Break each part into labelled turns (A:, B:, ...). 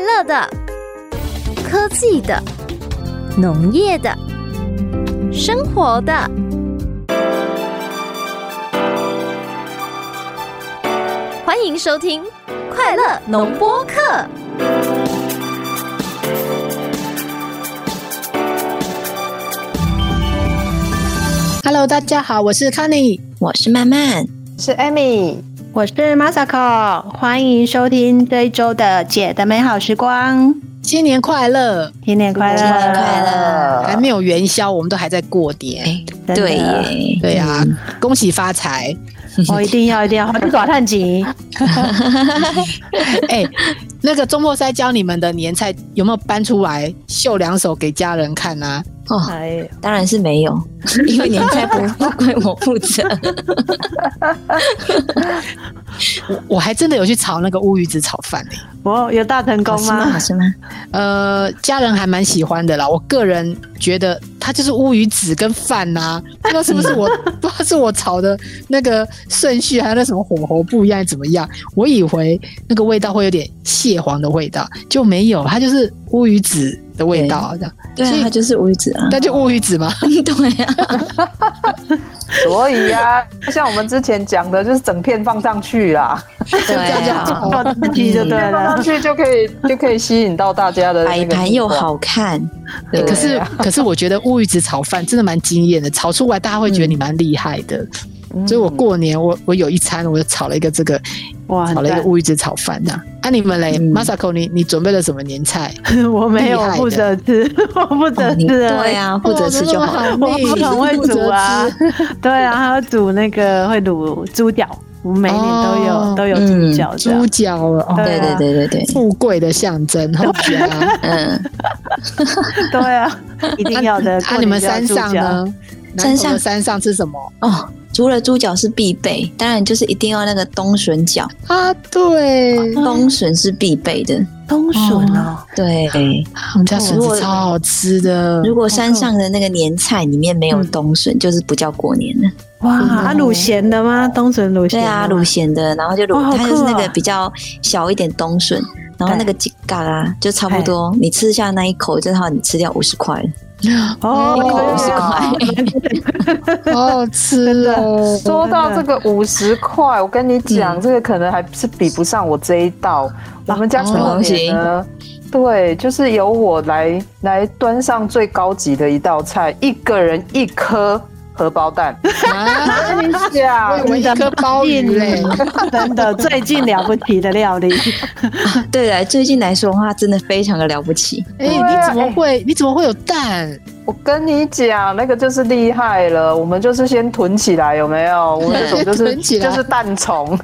A: 乐的、科技的、农业的、生活的。欢迎收听《快乐农播课》。
B: Hello，大家好，我是 c o n n y
C: 我是曼曼，
D: 是 Amy，
E: 我是 Masako，欢迎收听这一周的《姐的美好时光》，
B: 新年快乐！
E: 新年快乐，
C: 新年快
D: 啊
C: 乐！
B: 还没有元宵，我们都还在过年。
C: 哎，嗯
E: 真的
C: 对耶，
B: 对啊，恭喜发 财！
E: 我一定要一定要，我去耍探集，
B: 哎、那个周末赛教你们的年菜有没有搬出来秀两手给家人看啊？
C: 哦，
E: 哎，
C: 当然是没 有，因为年菜不不归我负责。
B: 我我还真的有去炒那个乌鱼子炒饭、欸、
E: 我哦有大成
C: 好
E: 功
C: 吃吗？
E: 吗
C: 好？吃吗？
B: 呃，家人还蛮喜欢的啦。我个人觉得它就是乌鱼子跟饭呐、不知道是不是我 不知道是我炒的那个顺序还有那什么火候不一样怎么样？我以为那个味道会有点蟹黄的味道，就没有，它就是乌鱼子的味道这样。
C: 对
B: 所
C: 啊，
B: 以
C: 它就是乌鱼子啊。
B: 那就乌鱼子嘛，
C: 对啊，
D: 所以啊，像我们之前讲的，就是整片放上去啦，
C: 对
B: 这样就
C: 啊，
B: 好。
E: 我自己就对啊
D: 放上
E: 了。
D: 去就可以就可以吸引到大家的那
C: 摆
D: 个
C: 盘又
D: 目光。
C: 好看。
B: 欸
C: 对，啊
B: 可是，可是我觉得乌鱼子炒饭真的蛮惊艳的，炒出来大家会觉得你蛮厉害的。所以我过年我我有一餐我就炒了一个这个，
E: 哇很
B: 炒了一个
E: 赞
B: 乌鱼子炒饭这样。啊，你们嘞、
C: 嗯
B: m a s a k o 你你准备了什么年菜？
E: 我没有
B: 厉害的
E: 负责吃，我负责
C: 哦，你
E: 吃而已，
C: 对啊，负责吃就好了。
E: 我不
B: 很
E: 很会煮啊，对啊，还有煮那个会卤猪脚，我们每年都有、
B: 哦
E: 都有
C: 嗯
E: 猪脚这 样
B: 猪，脚哦，
C: 对啊对对对对，
B: 富贵的象征，好啊家。
C: 嗯，
E: 对啊，一定要的。
B: 啊，
E: 过
B: 你们
E: 年就要
B: 山上
E: 猪脚
B: 呢？南
C: 山
B: 投的
C: 上
B: 山上吃什么
C: 哦，除了猪脚是必备，当然就是一定要那个冬笋饺，
B: 啊？对，
C: 冬笋是必备的。
E: 冬笋哦，
C: 对，
B: 我们家笋
C: 如果
B: 子超好吃的。
C: 如果山上的那个年菜里面没有冬笋，就是不叫过年了。
E: 哇，啊卤咸的吗？冬笋卤
C: 对
E: 咸的吗？
C: 啊，卤咸的，然后就
E: 哦
C: 卤，
E: 好
C: 它就是
E: 酷
C: 那个
E: 哦
C: 比较小一点冬笋，然后那个鸡嘎啦，就差不多，你吃下那一口，正好你吃掉五十块了，
E: 哦，
C: 一口五十
D: 哇
C: 块，
B: 好好吃哦！
D: 说到这个五十块，我跟你讲，
E: 嗯
D: 这个可能还是比不上我这一道。我们家过年
E: 哦
D: 呢，对，就是由我来来端上最高级的一道菜，一个人一颗荷包蛋。
B: 啊，
D: 我跟你 讲，
B: 我以为一颗鲍鱼嘞，
E: 真的最近了不起的 料理，
C: 对的，最近来说的话，真的非常的了不起。
B: 哎、
D: 对啊
B: 你怎么会？你怎么会有蛋？
D: 我跟你讲，那个就是厉害了。我们就是先囤起来，有没有？我们 这种就是
B: 囤起来
D: 就是蛋虫。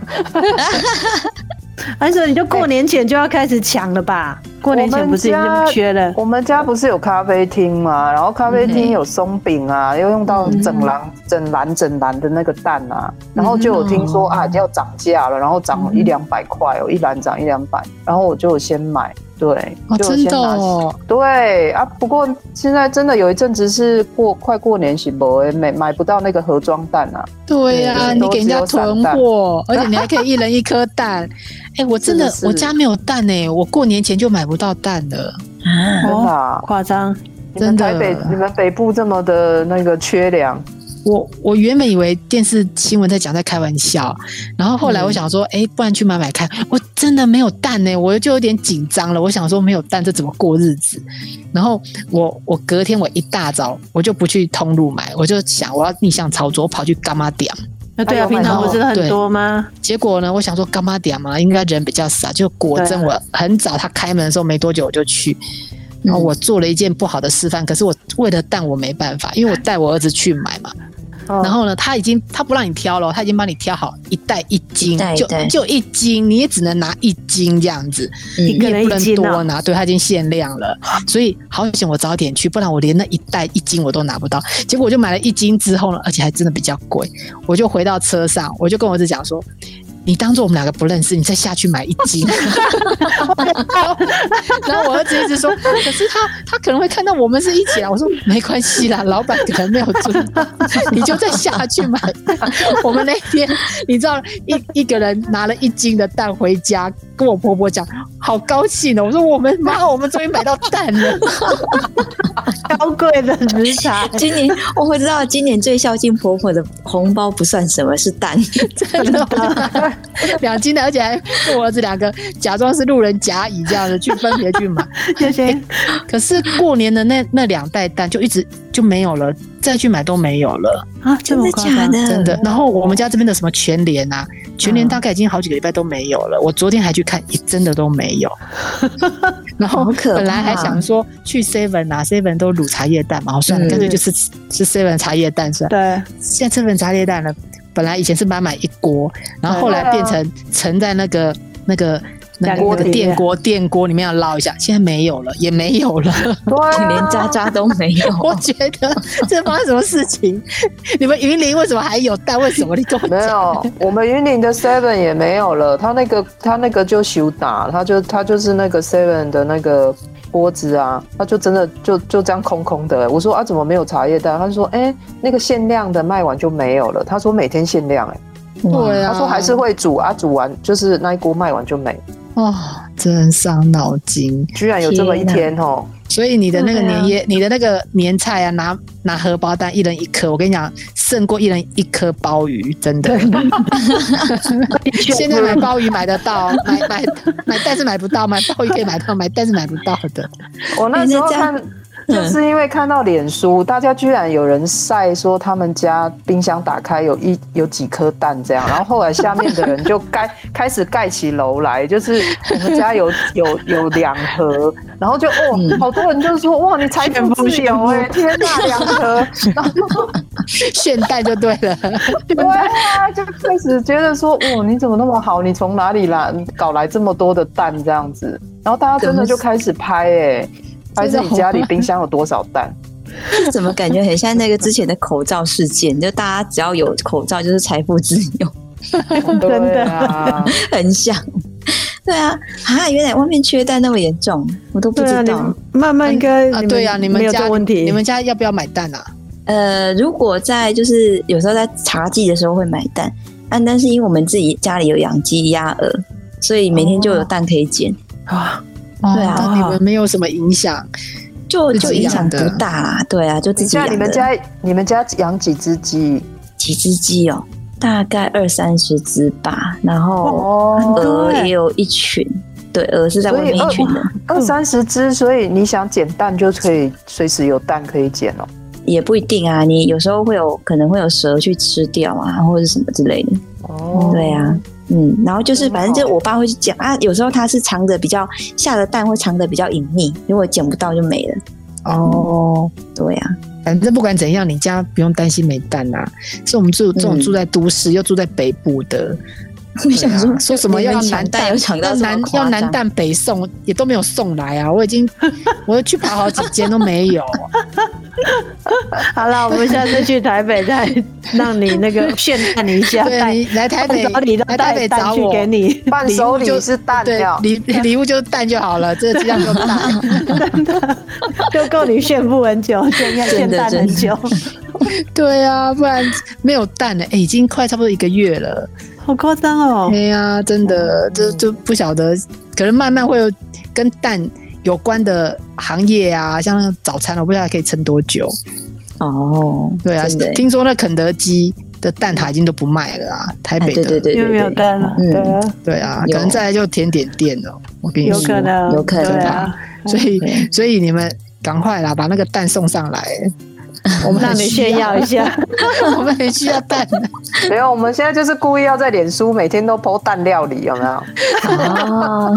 E: 而哎且你就过年前就要开始抢了吧？过年前不是已经缺了？
D: 我们家不是有咖啡厅嘛，然后咖啡厅有松饼啊，
B: 嗯
D: 又用到整篮、整篮、整篮的那个蛋啊，然后就有听说、啊要涨价了，然后涨一两百块哦，一篮涨一两百，然后我就有先买，对，
B: 哦，
D: 就有
B: 真
D: 先
B: 的
D: 拿起
B: 哦，
D: 对啊，不过现在真的有一阵子是过快过年是没的买买不到那个盒装蛋啊，
B: 对呀、
D: 对
B: 你给人家囤货，而且你还可以一人一颗蛋。哎、我真的
D: 是是
B: 我家没有蛋哎、我过年前就买不到蛋了。哦
C: 啊，
D: 真的啊、
E: 夸张，
D: 你
B: 真
D: 们
B: 的
D: 台北你们北部这么的那个缺粮，
B: 我我原本以为电视新闻在讲在开玩笑，然后后来我想说，哎、不然去买买看。我真的没有蛋呢、我就有点紧张了。我想说没有蛋这怎么过日子？然后我我隔天我一大早我就不去通路买，我就想我要逆向操作，我跑去干妈店。
E: 那对啊，平常不是很多吗？
B: 结果呢，我想说干妈点嘛，应该人比较少，就果真
E: 对
B: 我很早他开门的时候没多久我就去，然后我做了一件不好的示范，可是我为了蛋我没办法，因为我带我儿子去买嘛，
E: 哦
D: 嗯
B: 然后呢他已经他不让你挑了，他已经帮你挑好一袋一斤
C: 一，袋一
B: 就
C: 袋
B: 就一斤，你也只能拿一斤这样子，
C: 嗯
B: 你
E: 一个
B: 也
E: 人
B: 不
E: 一
B: 能
E: 斤
B: 多
E: 啊，
B: 拿，对他已经限量了，所以好险我早点去，不然我连那一袋一斤我都拿不到。结果我就买了一斤之后呢，而且还真的比较贵，我就回到车上，我就跟我儿子讲说。你当做我们两个不认识，你再下去买一斤。 然后然后我儿子一直说，可是他他可能会看到我们是一起啊来。我说没关系啦，老板可能没有注意到，你就再下去 买。我们那天你知道，一一个人拿了一斤的蛋回家，跟我婆婆讲，好高兴哦！我说我们妈，我们终于买到蛋了。
E: 高贵的食 材，
C: 今年我会知道，今年最孝敬婆婆的红包不算什么，是蛋。
B: 真的，两斤的，而且还跟我儿子两个假装是路人甲乙这样的去分别去买。
E: 谢谢、
B: 欸。可是过年的那那两袋蛋就一直就没有了，再去买都没有了啊！
E: 真的
C: 假的？
B: 真的。然后我们家这边的什么全联啊，全联大概已经好几个礼拜都没有了。我昨天还去看，也真的都没有。然后本来还
C: 啊
B: 想说去 Seven 啊，Seven 都卤茶叶蛋嘛，我算了，干脆就吃吃 Seven 茶叶蛋算。
E: 对，
B: 现在 Seven 茶叶蛋呢，本来以前是买买一锅，然后后来变成盛在那个那个那个那个电锅电锅里面要捞一下，现在没有了，也没有了，
D: 啊
C: 连渣渣都没有。
B: 我觉得这发生什么事情？ 你们云林为什么还有蛋？为什么你跟我
D: 没有？我们云林的 Seven 也没有了，他那个他那个就修打，他就他就是那个 Seven 的那个。锅子啊，他就真的就就这样空空的、欸。我说啊，怎么没有茶叶蛋？他说，哎、欸，那个限量的卖完就没有了。他说每天限量、欸，哎，
B: 对啊，
D: 他说还是会煮啊，煮完就是那一锅卖完就没。
B: 哇、哦，真伤脑筋，
D: 居然有这么一天哦！
B: 所以你的那个年夜，啊、你的那个年菜啊，拿拿荷包蛋，一人一颗。我跟你讲，胜过一人一颗鲍鱼，真的。 现在买鲍鱼买得到，买买买蛋是买不到，买鲍鱼可以买到，买蛋是买不到的。
D: 我那时候看，就是因为看到脸书，大家居然有人晒说他们家冰箱打开有一有几颗蛋这样，然后后来下面的人就盖开始盖起楼来，就是我们家有有有两盒。然后就哦，好多人就说哇，你财富自由哎，天哪，两盒，然后
B: 炫蛋就对了，
D: 对啊，就开始觉得说哇，你怎么那么好？你从哪里来搞来这么多的蛋这样子？然后大家真的就开始拍哎，拍自己家里冰箱有多少蛋。
C: 怎么感觉很像那个之前的口罩事件？就大家只要有口罩就是财富自由，
E: 真的
D: 啊
C: 很像。对啊，啊，原来外面缺蛋那么严重，我都不知道。啊、
E: 慢慢应该、嗯、
B: 啊，对啊，你们
E: 没有
B: 家
E: 问题，
B: 你们家要不要买蛋啊？
C: 呃，如果在就是有时候在茶季的时候会买蛋，啊，但是因为我们自己家里有养鸡、鸭、鹅，所以每天就有蛋可以捡
D: 哦
B: 啊。对啊，哦、你们没有什么影响，
C: 就就影响不大啦。对啊，就 自己养。
D: 你们家你们家养几只鸡？
C: 几只鸡哦？大概二三十只吧，然后
D: 哦
C: 鹅
D: 欸
C: 也有一群，对，鹅是在外面一群的，
D: 二三十只，所以你想捡蛋就可以随时有蛋可以捡哦。
C: 也不一定啊，你有时候会有可能会有蛇去吃掉啊，或者什么之类的。哦，对啊，嗯，然后就是反正就我爸会去捡啊，有时候他是藏的比较下的蛋会藏的比较隐秘，如果捡不到就没了。
B: 哦，
C: 对呀、啊。
B: 反正不管怎样，你家不用担心没蛋啊。是我们住这种住在都市、嗯、又住在北部的，
C: 我想说、啊、
B: 说什么要南蛋，要南要南蛋北送也都没有送来啊！我已经我去跑好几间都没有。
E: 好了，我们下次去台北再 让你那 个炫耀你一下。
B: 对你来台 北，来台北找我，
E: 给你
D: 伴手礼是蛋料，
B: 礼礼物就是蛋就好了，这个量就大，
E: 真的 就够你炫富很久，炫耀炫蛋很久。
B: 对啊，不然没有蛋了，哎，已经快差不多一个月了，
E: 好夸张哦！
B: 哎呀，真的，就就不晓得，可能慢慢会有跟蛋。有关的行业啊，像那早餐，我不知道可以撑多久。
C: 哦，
B: 对啊，听说那肯德基的蛋挞已经都不卖了啊，台北的
C: 哎对对对，
E: 没有蛋了。对啊，
B: 对啊，可能再来就甜点店了。我跟你说，
E: 有可能，
C: 有可能
B: 啊。所以，所以你们赶快啦，把那个蛋送上来。我们
E: 那你炫耀一下，
B: 我们很需要蛋。
D: 没有，我们现在就是故意要在脸书每天都剖蛋料理，有没有？
B: 哦，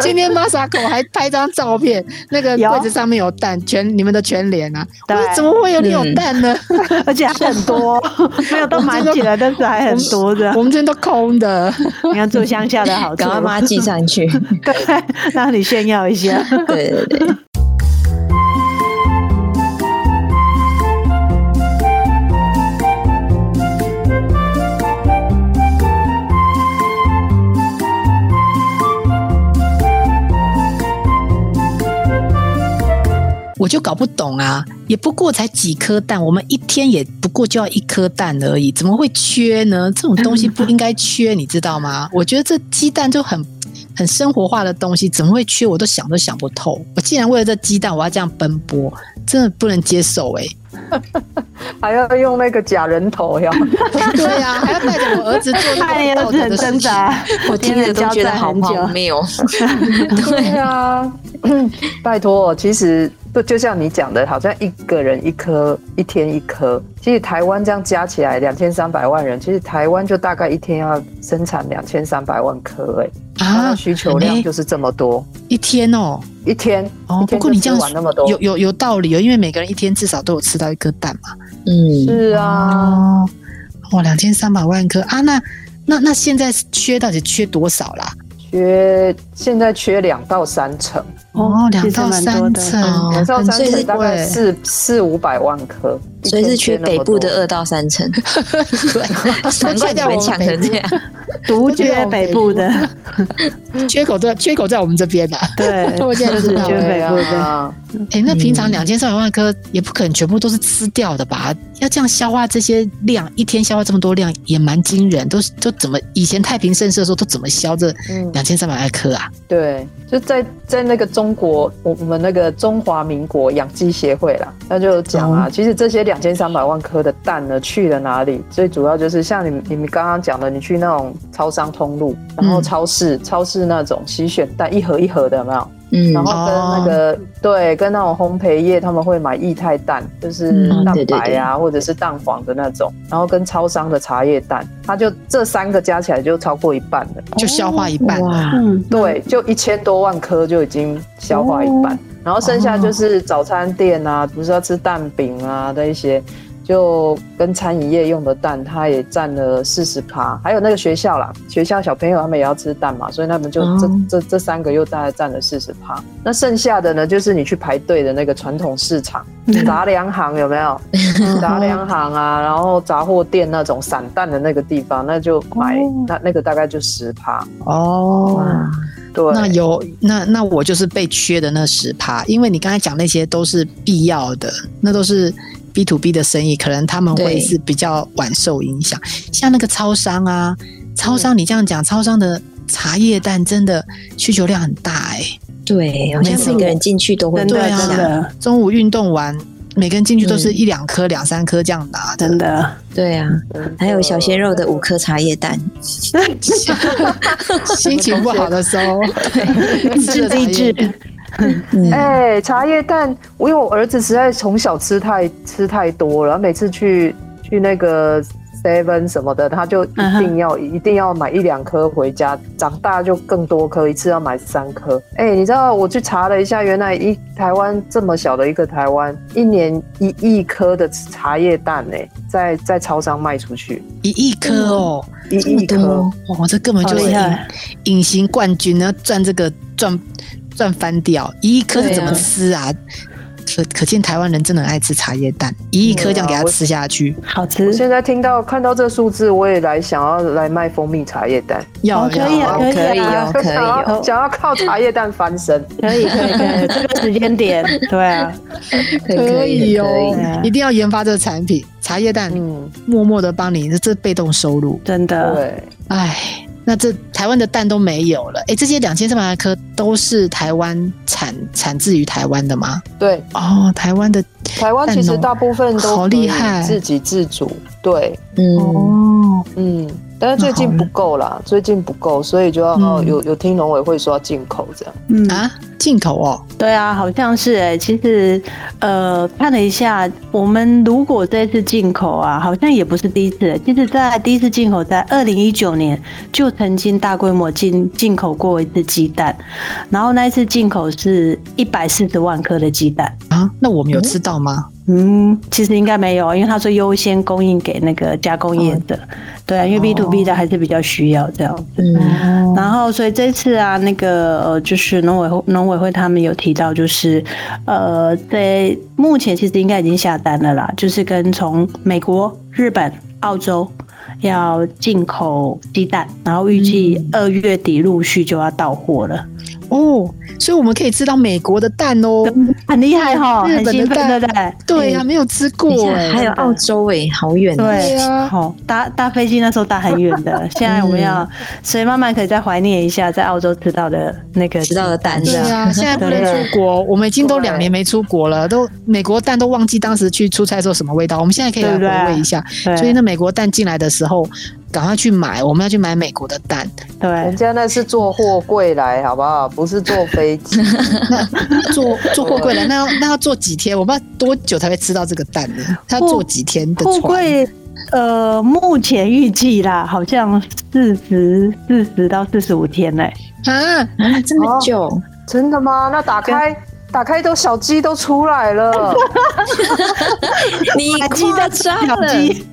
B: 今天 Masako 还拍张照片，那个柜子上面有蛋，全你们的全脸啊！我说怎么会有你有蛋呢？
E: 而且还很多，没有都满起来，但是还很多的。
B: 我们这边都空的，
E: 你要做乡下的好，
C: 赶快把它寄上 去，
E: 对，让你炫耀一下。
C: 对对对。
B: 我就搞不懂啊，也不过才几颗蛋，我们一天也不过就要一颗蛋而已，怎么会缺呢？这种东西不应该缺，你知道吗？我觉得这鸡蛋就很很生活化的东西，怎么会缺？我都想都想不透。我竟然为了这鸡蛋，我要这样奔波，真的不能接受哎、
D: 还要用那个假人头呀？
B: 对呀、还要带着我儿子 做那
E: 看你
B: 个
E: 儿
B: 道
E: 子
B: 德的啊
E: 很挣
B: 事情。
E: 扎，
C: 我听着都觉得好
E: 天天交战
C: 荒
E: 很
C: 谬。
D: 对啊，拜托，其实不就像你讲的，好像一个人一颗，一天一颗。其实台湾这样加起来两千三百万人，其实台湾就大概一天要生产两千三百万颗，哎，它
B: 啊
D: 的！需求量
B: 哎
D: 就是这么多，
B: 一天哦，
D: 一天
B: 哦，
D: 一
B: 不
D: 天
B: 过
D: 就
B: 你这
D: 吃
B: 样
D: 完那么多，
B: 有有有道理哦，因为每个人一天至少都有吃到一颗蛋嘛。
C: 嗯，
D: 是啊，
B: 哦，哇，两千三百万颗啊！那那那现在缺到底缺多少啦？
D: 缺现在缺两到三成，
B: 哦，
E: 其
B: 两
E: 实
B: 到
E: 蛮多
B: 三
E: 的
B: 成，
C: 哦
D: 两到
B: 很
D: 三
C: 所以
D: 成
C: 是
D: 大概
B: 对
D: 四四五百万颗，一
C: 所以
D: 天
C: 是缺
D: 那么
C: 北部
D: 多
C: 的二到三 成，
B: 对，
C: 难怪你们抢成这样。
E: 独缺北部的，
B: 缺口在缺口在我们这边啦。
E: 对，
B: 我现在
E: 就
B: 知
E: 是
B: 道
E: 缺
B: 了
E: 北部
D: 对
E: 的，
D: 啊
B: 哎，
C: 嗯
B: 那平常两千三百万颗也不可能全部都是吃掉的吧？要这样消化这些量，一天消化这么多量也蛮惊人。都是都怎么以前太平盛世的时候都怎么消这
D: 嗯
B: 两千三百万颗啊？
D: 对，就在在那个中国，我我们那个中华民国养鸡协会啦，那就讲
C: 哦
D: 啊，其实这些两千三百万颗的蛋呢，去了哪里？最主要就是像你们你们刚刚讲的，你去那种超商通路，然后
B: 嗯
D: 超市、超市那种洗选蛋一盒一盒的，有没有？
C: 嗯，
D: 然后跟那个、对，跟那种烘焙业，他们会买液态蛋，就是
B: 嗯
D: 蛋
C: 对对
D: 白啊，或者是蛋黄的那种，然后跟超商的茶叶蛋，它就这三个加起来就超过一半了。
B: 就消化一半。
C: 哇，
E: 嗯，
D: 对，就一千多万颗就已经消化一半，然后剩下就是早餐店啊，不是要吃蛋饼啊那一些，就跟餐饮业用的蛋，它也占了四十趴，还有那个学校啦，学校小朋友他们也要吃蛋嘛，所以他们就
C: 哦
D: 这、这这三个又大概占了四十趴，那剩下的呢，就是你去排队的那个传统市场
E: 嗯
D: 杂粮行有没有？杂粮行啊，然后杂货店那种散蛋的那个地方，那就买、那那个大概就十趴，
B: 哦
C: 哇，
D: 对，
B: 那有那那我就是被缺的那十趴，因为你刚才讲那些都是必要的，那都是 B to B 的生意，可能他们会
C: 对
B: 是比较晚受影响。像那个超商啊，超商你这样讲，超商的茶叶蛋真的需求量很大哎、
C: 对，好像每个人进去都会
E: 真
B: 对
E: 的
B: 啊
E: 真的
B: 中午运动完，每个人进去都
E: 嗯
B: 是一两颗、两三颗这样拿的。
E: 真的，
C: 对啊，还有小鲜肉的五颗茶叶蛋，
B: 心情不好的时候，
E: 自
B: 吃
E: 励志，
C: 嗯，
D: 哎、茶叶蛋，我因为我儿子实在从小吃太吃太多了，每次去去那个 Seven 什么的，他就一定要、一定要买一两颗回家。长大就更多颗，一次要买三颗。哎、你知道我去查了一下，原来一台湾这么小的一个台湾，一年一亿颗的茶叶蛋呢、在在超商卖出去，
B: 一亿颗哦，
D: 一
C: 这么
D: 亿颗
C: 多。，
B: 哇，这根本
E: 好
B: 就是
E: 厉
B: 隐
E: 害
B: 隐形冠军，然后赚这个赚赚翻掉，一亿颗是怎么吃啊？可可见台湾人真的很爱吃茶叶蛋，一亿颗这样给他吃下去，
E: 好
D: 我
E: 吃，
D: 现在听到看到这数字，我也来想要来卖蜂蜜茶叶蛋。
B: 要
E: 哦可以啊
B: 要
E: 可以
C: 可以哦，可以
D: 想
C: 哦，
D: 要想要靠茶叶蛋翻身，
E: 可以可以 可以，这个时间点，对啊，
C: 可以可以
B: 哦
C: 可以，啊
E: 以
B: 一定要研发这个产品，茶叶蛋
D: 嗯，
B: 默默的帮你，这被动收入，
E: 真的，
D: 对，
B: 哎。那这台湾的蛋都没有了，哎，这些两千三百万颗都是台湾产产自于台湾的吗？
D: 对，
B: 哦，台湾的
D: 台湾其实大部分都
B: 好厉害
D: 可以自给自足。对，
C: 嗯，
B: 哦，
D: 嗯，但是最近不够啦，最近不够，所以就要、
B: 嗯
D: 有有听农委会说要进口这样。
E: 嗯
B: 啊，进口哦，
E: 对啊，好像是哎、其实，呃，看了一下，我们如果这次进口啊，好像也不是第一次、其实，在第一次进口在二零一九年就曾经大规模进进口过一次鸡蛋，然后那一次进口是一百四十万颗的鸡蛋。
B: 啊，那我们有吃到吗？
E: 嗯，其实应该没有，因为他说优先供应给那个加工业者，对啊，因为 B to B 的还是比较需要这样子。
C: 嗯，
E: 然后，所以这次啊，那个呃，就是农委会农委会他们有提到，就是呃，在目前其实应该已经下单了啦，就是跟从美国、日本、澳洲要进嗯啊口鸡蛋，然后预计二月底陆续就要到货了。
B: 哦，所以我们可以吃到美国的蛋哦，
E: 很厉害 哈，
B: 日
E: 很
B: 本
E: 兴
B: 的
E: 奋，
B: 蛋
E: 对不对？
B: 对啊呀、没有吃过
C: 等一
B: 哎、
C: 下还有澳洲哎、好远哦、
E: 对
B: 啊
E: 好搭搭飞机那时候搭很远 的，现在我们要，所以慢慢可以再怀念一下在澳洲吃到的那个
C: 吃到的蛋
B: 对
C: 是吧？
B: 啊，现在不能出国，我们已经都两年没出国了，都美国蛋都忘记当时去出差的时候什么味道。我们现在可以
E: 对不对
B: 来回味一下。
E: 对
B: 所以那美国蛋进来的时候，赶快去买，我们要去买美国的蛋。
E: 对
D: 人，家那是坐货柜来，好不好？不是坐飞机。
B: 坐坐货柜来，那要那要坐几天？我不知道多久才会吃到这个蛋呢？它要坐几天的船？
E: 货柜。呃，目前预计啦，好像四十四十到四十五天嘞、
B: 啊，
C: 啊，这么久，
D: 真的吗？那打开打开都小鸡都出来了，
C: 你夸张
E: 小
C: 了，
E: 鸡，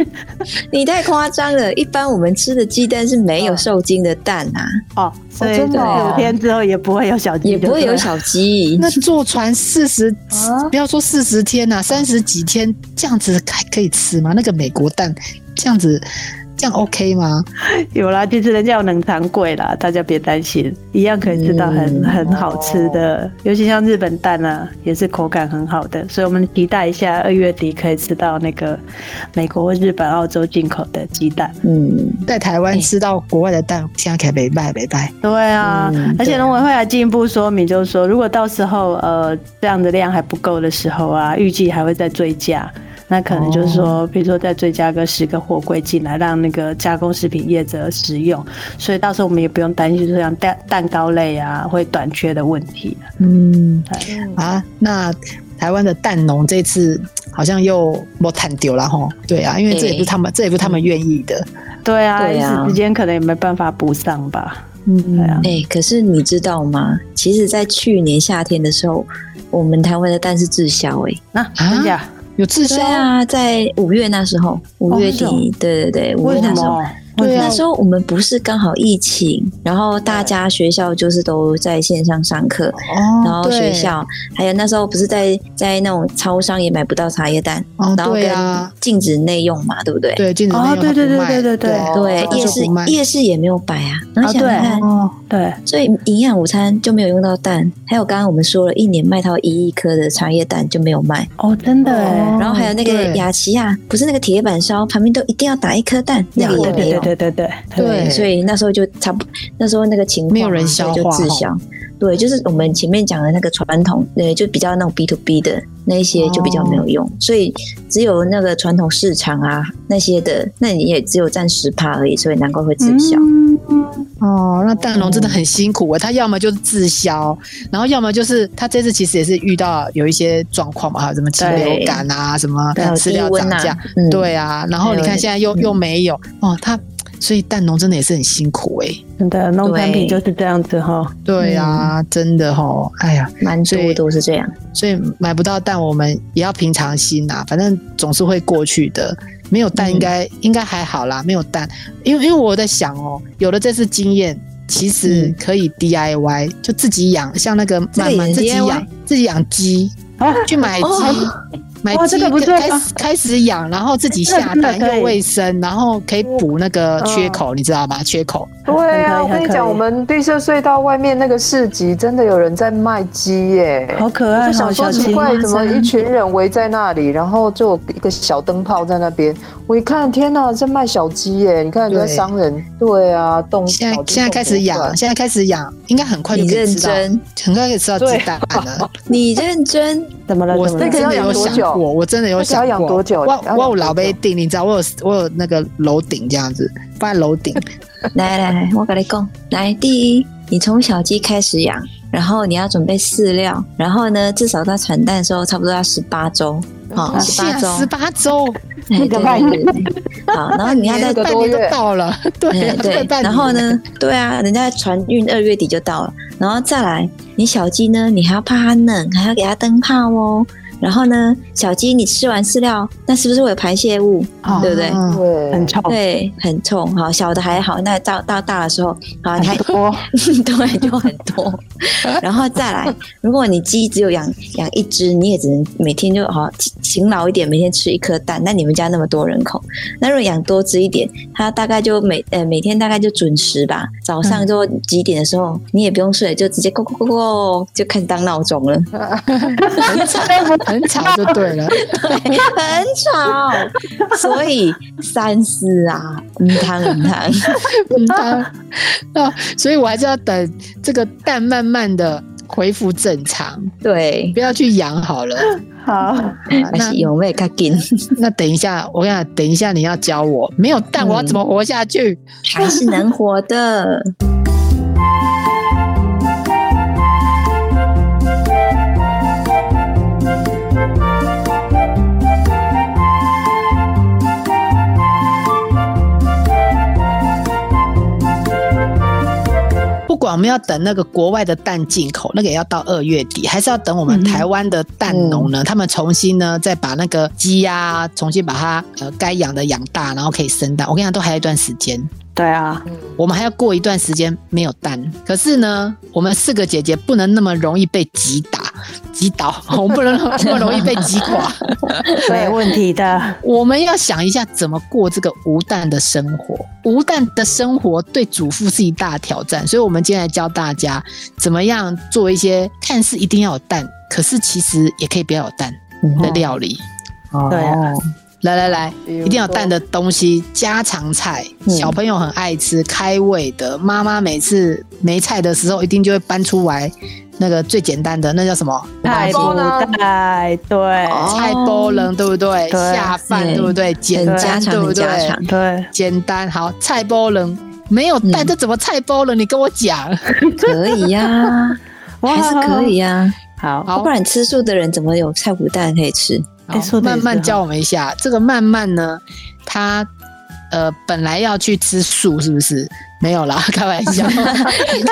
C: 你太夸张了。一般我们吃的鸡蛋是没有受精的蛋啊，
E: 哦，所以
D: 真的哦
E: 四十五天之后也不会有小鸡，
C: 也不会
E: 对
C: 有
E: 对
C: 小鸡。
B: 那坐船四十、
D: 啊
B: 不要说四十天呐、啊，三十几天这样子还可以吃吗？那个美国蛋这样子，这样 OK 吗？
E: 有啦，其实人家有冷藏柜啦，大家别担心，一样可以吃到
C: 嗯
E: 很、很好吃的，尤其像日本蛋啊，也是口感很好的，所以我们期待一下二月底可以吃到那个美国、日本、澳洲进口的鸡蛋。
C: 嗯，
B: 在台湾吃到国外的蛋，现在可以没卖没卖。
E: 对啊，
C: 嗯
E: 而且农委会还进一步说明，就是说，如果到时候呃这样的量还不够的时候啊，预计还会再追加。那可能就是说，比如说再追加个十个货柜进来，让那个加工食品业者食用，所以到时候我们也不用担心这样蛋蛋糕类啊会短缺的问题。
B: 嗯，啊，那台湾的蛋农这次好像又没谈丢了吼。对啊，因为这也不是他们，这也不是他们愿意的。
E: 对啊，
C: 对
E: 一
C: 啊
E: 时之间可能也没办法补上吧。
B: 嗯，
E: 对啊，
C: 哎、可是你知道吗？其实，在去年夏天的时候，我们台湾的蛋是滞销哎、
E: 那等一下，
B: 有滞销
C: 对，啊，在五月那时候，五月底，
E: 哦是
C: 对对对，五
E: 为
C: 月
E: 什
C: 那时候。
E: 么？
B: 对啊
C: 那时候我们不是刚好疫情，然后大家学校就是都在线上上课，
B: 哦，
C: 然后学
B: 对
C: 校还有那时候不是在在那种超商也买不到茶叶蛋，
B: 哦，
C: 然后
B: 对
C: 跟
B: 啊，
C: 禁止内用嘛，对不对？
B: 对，禁止内
E: 哦
B: 用
E: 对
B: 它
E: 对
B: 不
E: 对
B: 卖
E: 对对对
B: 对
C: 对
B: 它
C: 夜
B: 就
C: 市
B: 不卖
C: 夜市也没有摆啊，然后
E: 哦
C: 想想看，
B: 哦，
E: 对，
C: 所以营养午餐就没有用到蛋，还有刚刚我们说了一年卖到一亿颗的茶叶蛋就没有卖，
E: 哦，真的哎
B: 哦，
C: 然后还有那个
B: 对
C: 雅琪亚，不是那个铁板烧旁边都一定要打一颗蛋，那个
E: 对
C: 也没
E: 对
C: 有。
E: 对对哦对
B: 对
C: 所以那时候就差不，那时候那个情况
B: 没有人
C: 啊
B: 消化
C: 所以就滞销。对，就是我们前面讲的那个传统，对，就比较那种 B to B 的那一
B: 哦
C: 些就比较没有用，所以只有那个传统市场啊那些的，那你也只有占十趴而已，所以难怪会滞销。
E: 嗯，
B: 哦，那蛋农真的很辛苦啊，他要么就是滞销，然后要么就是他这次其实也是遇到有一些状况嘛，还有什么禽流感啊，什么
C: 对还有
B: 饲料
C: 低
B: 涨
C: 温啊
B: 价，
C: 嗯
B: 对啊，然后你看现在又
C: 嗯
B: 又没有哦，他所以蛋农真的也是很辛苦哎，
E: 真的农产品
C: 对
E: 就是这样子哈。
B: 对啊，
C: 嗯
B: 真的哦，哎呀，
C: 蛮
B: 所以
C: 多都是这样。
B: 所以买不到蛋，我们也要平常心呐、反正总是会过去的。没有蛋应该、应该还好啦，没有蛋，因为因为我在想哦，有了这次经验，其实
C: 嗯
B: 可以 DIY，、就自己养，像那个
C: 这个
B: 慢
C: 也
B: 慢
C: 能
B: 自己
C: DIY
B: 养自己养鸡，
E: 啊
B: 去买鸡。买
E: 哇
B: 鸡
E: 这个不
B: 开
E: 错
B: 开始开始养，然后自己下
E: 真的
B: 蛋
E: 真的可以
B: 又卫生，然后可以补那个缺口，你知道吗？缺口
D: 对啊，
E: 很
D: 我
E: 可以
D: 跟你
E: 很可
D: 讲，
E: 以
D: 我们绿色隧道外面那个市集真的有人在卖鸡耶、
E: 好可爱
D: 我
E: 哦，
D: 就想说
E: 小
D: 奇
E: 青
D: 怪，
C: 蛙
D: 怎么一群人围在那里，然后就有一个小灯泡在那边。我一看，天哪，在卖小鸡耶！你看人家
B: 对
D: 商人，对啊，动
B: 现在
D: 脑筋
B: 现在
D: 动
B: 开
D: 不
B: 始
D: 转
B: 养，现在开始养，应该很快就
C: 你
B: 可以
C: 认
B: 吃到，
C: 真，
B: 很快可以吃到
D: 对
B: 鸡蛋了。
C: 你认真，
E: 怎么了？
B: 我
E: 怎么
B: 真
D: 这
E: 了？
D: 个
B: 的
D: 要
B: 有
D: 养多
B: 想
D: 久
B: 过，我真的有
D: 这个要
B: 想
D: 养
B: 过
D: 多久
B: 我
D: 要
B: 我
D: 养
B: 有老
D: 多
B: 杯
D: 久
B: 顶，你知道我有我有那个楼顶这样子放在楼顶，
C: 来来来，我跟你讲，来第一，你从小鸡开始养，然后你要准备饲料，然后呢，至少它产蛋的时候差不多要十八周，
B: 哦啊
C: 好，十八周，
B: 十八周，哎
C: 哎，对对对对，好，然后你 要
D: 那
C: 再
D: 个
B: 半
D: 多
B: 年都
D: 月
B: 到了，对
C: 哎
B: 啊，快
C: 对，
B: 半
C: 然后
B: 年了
C: 呢？，对啊，人家船运二月底就到了，然后再来，你小鸡呢，你还要怕它冷，还要给它灯泡哦，然后呢，小鸡你吃完饲料，那是不是会有排泄物？
B: 哦
C: 对不对？
B: 嗯
D: 对，
E: 很臭，
C: 对，很痛。好，小的还好，那到到大的时候，好，你还
E: 很多
C: 对，就很多。 然后再来，如果你鸡只有养养一只，你也只能每天就好勤勤劳一点，每天吃一颗蛋。那你们家那么多人口，那如果养多只一点，它大概就每呃每天大概就准时吧，早上就几点的时候，你也不用睡，就直接咕咕咕咕就开始当闹钟 了，
B: 很吵，很吵就对 了。
C: 对，很吵。所以三思啊，嗯汤嗯 汤，
B: 嗯，它那哦所以我还是要等这个蛋慢慢的恢复正常，
C: 对，
B: 不要去养好了。
E: 好，
B: 好
C: 还
B: 那
C: 是有味较 紧，
B: 那等一下，我跟你讲，等一下你要教我，没有
D: 嗯
B: 蛋我要怎么活下去？
C: 还是能活的。
B: 不管我们要等那个国外的蛋进口，那个也要到二月底，还是要等我们
E: 嗯
B: 台湾的蛋农呢，他们重新呢再把那个鸡呀、重新把它呃该养的养大，然后可以生蛋。我跟你讲，都还有一段时间。
E: 对啊，
B: 我们还要过一段时间没有蛋。可是呢，我们四个姐姐不能那么容易被击打、击倒，我们不能那么容易被击垮。
E: 没问题的，
B: 我们要想一下怎么过这个无蛋的生活。无蛋的生活对主妇是一大挑战，所以我们今天来教大家怎么样做一些看似一定要有蛋，可是其实也可以不要有蛋的料理。
D: 哦
E: 对啊，
B: 来来来，
D: 比如
B: 一定要有蛋的东西，家常菜，小朋友很爱吃，开胃的。妈妈每次没菜的时候，一定就会搬出来那个最简单的，那叫什么？
E: 太不带，对
C: 哦
B: 菜包冷，对不对？
E: 对
B: 下饭，
C: 对
B: 对不对？简
C: 很
B: 单，
C: 家常
B: 对不
C: 很
B: 对？
C: 家常
E: 对，
B: 简单，好，菜包冷。没有蛋，
C: 嗯
B: 这怎么菜包冷？你跟我 讲，
C: 可以呀、
E: 哇
C: 还是可以呀、
E: 好，
B: 好
C: 不然吃素的人怎么有菜脯蛋可以吃？
B: 好
E: 说得也
B: 慢
E: 是
B: 慢
E: 哈
B: 教我们一下。这个慢慢呢，他呃本来要去吃素，是不是？没有啦， 开玩 笑。可是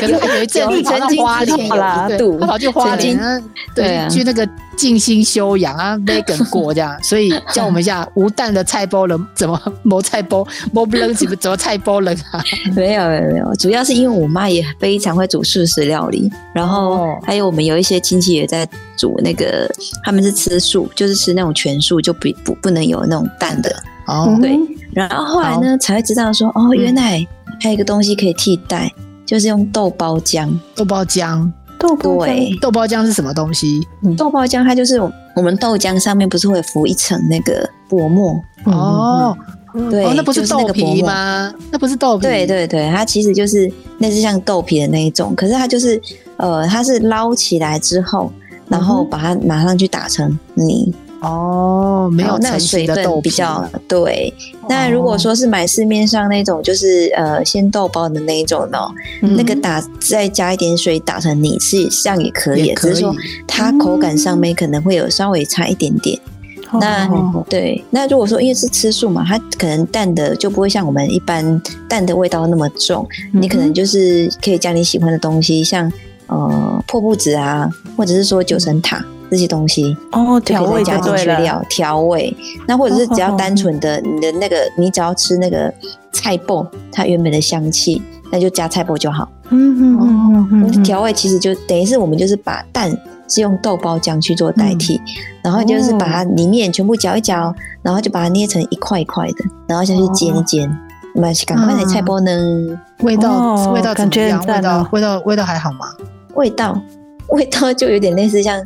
B: 可是他有一阵子
C: 有
B: 跑到
C: 曾经
B: 花 莲
E: 有啦
B: 对
C: 度
B: 他跑去花莲
C: 曾经
B: 啊，
C: 对
B: 对，
C: 啊
B: 去那个静心修养 啊，没梗过这样。所以教我们一下无蛋的菜包人怎么磨菜包，磨不冷怎么怎么菜包人啊？
C: 没有没有没有，主要是因为我妈也非常会煮素食料理，然后
B: 哦
C: 还有我们有一些亲戚也在煮那个，他们是吃素，就是吃那种全素，就不不不能有那种蛋的。
B: 哦，
C: 对
E: 嗯
C: 然后后来呢，才会知道说
B: 嗯
C: 哦，原来还有一个东西可以替代，就是用豆包浆。
B: 豆包浆，
E: 豆腐
C: 对，
B: 豆包浆是什么东西？
C: 豆包浆它就是我们豆浆上面不是会浮一层那个薄膜？
E: 嗯
B: 哦，
C: 对，
B: 哦，那不
C: 就是那
B: 豆
C: 个薄
B: 皮
C: 膜
B: 吗？那不是豆皮，
C: 对对对，它其实就是类似像豆皮的那一种，可是它就是呃，它是捞起来之后，然后把它马上去打成泥，
B: 哦，没
C: 然后
B: 有
C: 那个
B: 成型
C: 水
B: 的豆
C: 分
B: 皮哦
C: 比较对。那如果说是买市面上那种，就是呃鲜豆包的那一种呢，
E: 嗯
C: 那个打再加一点水打成泥，是这样也可以，
B: 也可
C: 只是
B: 以嗯
C: 说它口感上面可能会有稍微差一点点。那
E: 哦
C: 对，那如果说因为是吃素嘛，它可能蛋的就不会像我们一般蛋的味道那么重，你可能就是可以加你喜欢的东西，像呃破布子啊，或者是说九层塔这些东西，
E: 哦
C: 就
E: 调
C: 可
E: 味
C: 以再加
E: 就
C: 进
E: 对
C: 去
E: 了，
C: 料调味。那或者是只要
E: 哦
C: 单纯的你的那个，你只要吃那个菜脯它原本的香气，那就加菜脯就好。
E: 嗯嗯嗯嗯嗯，
C: 调味其实就等于是我们就是把蛋是用豆包浆去做代替，
E: 嗯
C: 然后就是把
E: 哦
C: 它里面全部搅一搅，然后就把它捏成一块一块的，然后下去
E: 哦
C: 煎一煎。我们赶快来菜包呢，
B: 味道
E: 哦
B: 味道怎
E: 感
B: 么
E: 觉
B: 样？
E: 很
B: 味
E: 赞
B: 道
E: 哦
B: 味道味道还好吗？
C: 味道 味道就有点类似像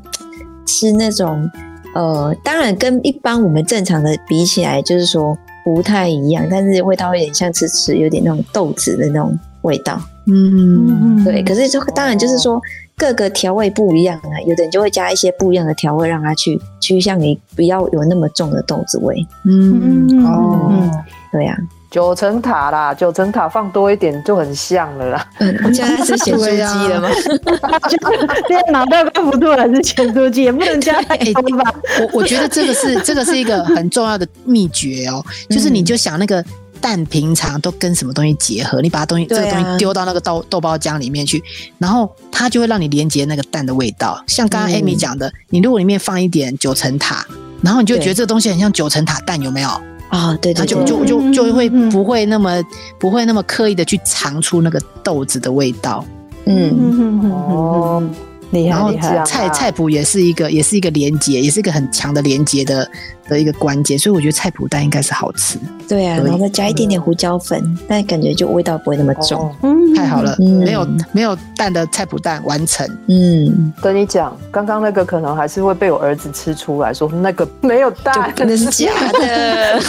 C: 吃那种呃，当然跟一般我们正常的比起来，就是说不太一样，但是味道有点像吃吃有点那种豆子的那种味道。
B: 嗯，
E: 嗯
C: 对，可是就当然就是说各个调味不一样啊，有的人就会加一些不一样的调味，让它去趋向于不要有那么重的豆子味。
B: 嗯
E: 嗯
B: 哦，
C: 对啊呀、
D: 九层塔啦，九层塔放多一点就很像了啦。
C: 嗯，我现在是咸
B: 对
C: 酥
B: 呀
C: 鸡了吗？
E: 这个脑袋被糊住了，是前多鸡，也不能加太多 吧？
C: 嗯
B: 我我觉得这个是这个是一个很重要的秘诀哦，就是你就想那个蛋平常都跟什么东西结合？你把它东西、这
C: 对啊
B: 个东西丢到那个豆豆包浆里面去，然后它就会让你连接那个蛋的味道。像刚刚
C: 嗯
B: Amy 讲的，你如果里面放一点九层塔，然后你就会
C: 对
B: 觉得这个东西很像九层塔蛋，有没有？
C: 啊，对
B: 它
C: 对
B: 就
C: 对，
B: 就就就会
E: 嗯嗯嗯
B: 不会那么不会那么刻意的去尝出那个豆子的味道。
C: 嗯，
E: 嗯嗯
D: 哦，
E: 厉
B: 然
E: 害
B: 后
E: 厉
D: 这
E: 害
D: 样，
B: 菜
D: 啊
B: 菜谱也是一个也是一个连接，也是一个很强的连接的的一个关键，所以我觉得菜谱蛋应该是好吃，
C: 对啊，然后再加一点点胡椒粉，但感觉就味道不会那么重。
D: 哦
E: 嗯
B: 太好了，
C: 嗯
B: 没有没有蛋的菜谱蛋完成，
C: 嗯，
D: 跟你讲，刚刚那个可能还是会被我儿子吃出来，说那个没有蛋，
C: 就那是假的。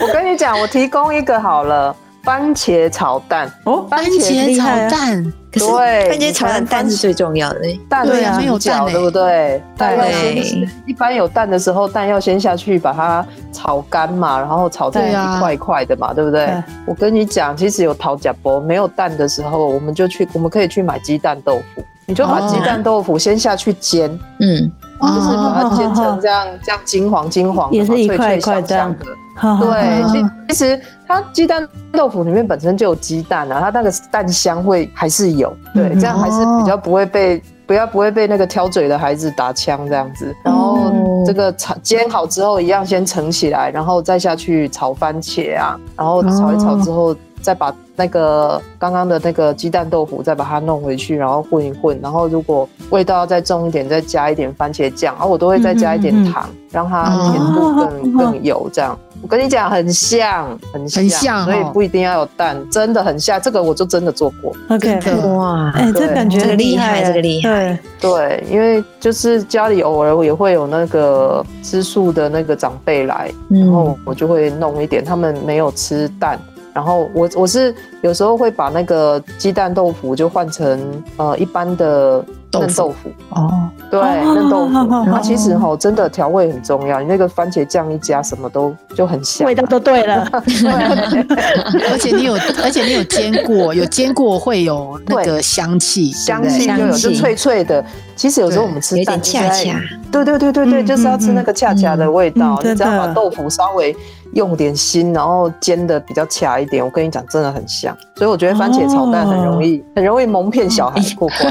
D: 我跟你讲，我提供一个好了，番茄炒蛋，
E: 哦，
D: 番
B: 番
D: 茄
B: 茄
E: 厉
B: 炒
E: 害啊
B: 蛋，
C: 可是
D: 对
C: 番茄炒蛋蛋是最重要的。
D: 蛋
B: 对
E: 啊
D: 是
B: 没有
D: 主角
B: 蛋欸
D: 对不对？蛋要
C: 对
D: 先，一般有蛋的时候，蛋要先下去把它炒干嘛，然后炒成
B: 对啊
D: 一块一块的嘛，对不对
E: 对？
D: 我跟你讲，其实有桃甲波，没有蛋的时候，我们就去，我们可以去买鸡蛋豆腐，你就把
B: 哦
D: 鸡蛋豆腐先下去煎，
C: 嗯，
D: 就是把
B: 哦
D: 它煎成这样，这样金黄金黄的嘛，
E: 也是一块一块
D: 脆脆香香的。
E: 好好
D: 对，
B: 啊
D: 其其实它鸡蛋豆腐里面本身就有鸡蛋啊，它那个蛋香会还是有，对，
B: 嗯
D: 这样还是比较不会被不要不会被那个挑嘴的孩子打枪这样子。然后
E: 嗯
C: 哦
D: 这个炒煎好之后，一样先盛起来，然后再下去炒番茄啊，然后炒一炒
E: 哦
D: 之后。再把那个刚刚的那个鸡蛋豆腐再把它弄回去，然后混一混，然后如果味道要再重一点，再加一点番茄酱，然后我都会再加一点
E: 嗯嗯嗯
D: 糖，让它甜度 更、更有这样。我跟你讲，很像，很像，
B: 很像哦
D: 所以不一定要有蛋，真的很像。这个我就真的做过，
E: ，OK，
B: 真的
C: 哇，
E: 哎，这
D: 对
E: 感觉
C: 这个
E: 很
C: 厉害
E: 害，
C: 这个厉
E: 害，
D: 对，因为就是家里偶尔也会有那个吃素的那个长辈来，然后
C: 嗯，
D: 我就会弄一点，他们没有吃蛋。然后我我是有时候会把那个鸡蛋豆腐就换成呃一般的
B: 豆
D: 嫩
B: 腐
D: 豆腐，
B: 哦，
D: 对
E: 哦
D: 嫩豆腐。
E: 好好好
D: 然后其实哈、真的调味很重要，你那个番茄酱一加，什么都就很香。啊
E: 味道都对了，
D: 对
B: 而且你有而且你有煎过，有煎过会有那个
D: 对
B: 香气，
D: 香
B: 对不对
D: 气就有，
C: 香气
D: 就脆脆的。其实有时候我们吃
C: 有
D: 蛋
C: 点
D: 就是
C: 恰
D: 在
C: 恰，
D: 对对对对对，
E: 嗯
D: 就是要吃那个恰恰的味道。
E: 嗯嗯嗯
D: 你只要
E: 真
D: 把
E: 的
D: 豆腐稍微用点心，然后煎的比较恰一点，我跟你讲，真的很香。所以我觉得番茄炒蛋很容
E: 哦
D: 易，很容易蒙骗小 孩过关。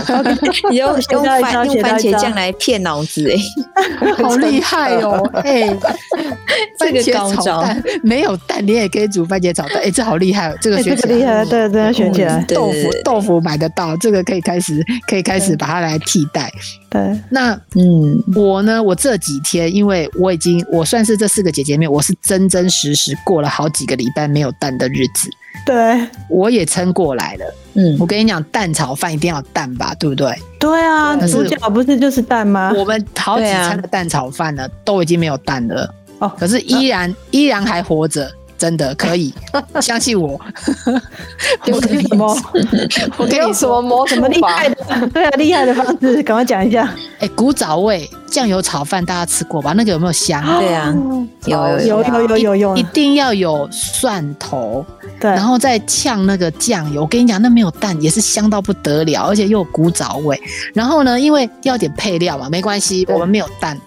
C: 你用
E: 学到
C: 用
E: 一招
C: 番用
E: 学到
C: 番
E: 一
C: 茄
E: 招
C: 酱来骗脑子哎，
B: 好厉害哦！哎、番
C: 这个
B: 茄
C: 高
B: 炒
C: 招
B: 蛋没有蛋，你也可以煮番茄炒蛋。哎、这好厉害哦！这个
E: 哎，
B: 学
E: 这
B: 起
E: 个
B: 来
E: 厉害，对，真的学起来，
C: 对
B: 哦豆
C: 对
B: 腐
C: 对
B: 豆腐买得到，这个可以开始可以开始把它来替代。
E: 对，
B: 那
C: 嗯，
B: 我呢，我这几天因为我已经我算是这四个姐姐里面，我是真真实实过了好几个礼拜没有蛋的日子，
E: 对，
B: 我也撑过来了。
C: 嗯
B: 我跟你讲，蛋炒饭一定要有蛋吧，对不对？
E: 对啊，
B: 但是
E: 主角不是就是蛋吗？
B: 我们好几
C: 对啊
B: 餐的蛋炒饭呢，都已经没有蛋了，
E: 啊哦
B: 可是依然、依然还活着，真的可 以相信我。我跟你
E: 什么
B: 说，我
D: 你
B: 跟
D: 用
B: 你
D: 什
B: 说，
D: 么魔
E: 什
D: 术
E: 么厉
D: 法
E: 害？的？对啊，厉害的方式，赶快讲一下。
B: 哎、古早味酱油炒饭大家吃过吧？那个有没有香？
C: 对啊，有有
E: 有有有有有
B: 一，定要有蒜头，
E: 对，
B: 然后再呛那个酱油。我跟你讲，那没有蛋也是香到不得了，而且又有古早味。然后呢，因为要点配料嘛，没关系，
D: 对
B: 我们没有蛋。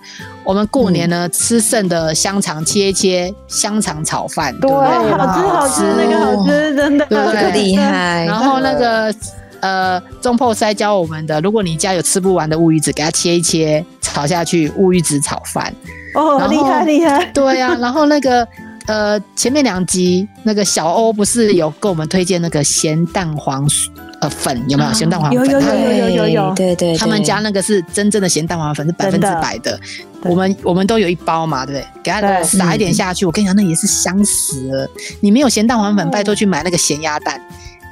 B: 我们过年
E: 嗯
B: 呢，吃剩的香肠切一切，香肠炒饭，对不
E: 哦
B: 对？
D: 对
E: 好吃好吃，那个好吃，真的，
B: 对不
C: 这
B: 对
C: 个厉害
B: 然，后那个呃，中破塞教我们的，如果你家有吃不完的乌鱼子，给它切一切，炒下去，乌鱼子炒饭。
E: 哦，
B: 然后
E: 厉害厉害，
B: 对呀、然后那个呃，前面两集那个小欧不是有跟我们推荐那个咸蛋黄酥呃粉有没有？咸蛋黄粉，
E: 啊有有
B: 他
E: 有有有有有，
C: 对对，对
B: 他们家那个是真正的咸蛋黄粉，是百分
E: 真
B: 之
E: 的
B: 百的。
E: 对
B: 我们我们都有一包嘛，对不对？给它
E: 对
B: 撒一点下去，我跟你讲，那也是香死了。你没有咸蛋
E: 嗯
B: 黄粉，拜托去买那个咸鸭蛋，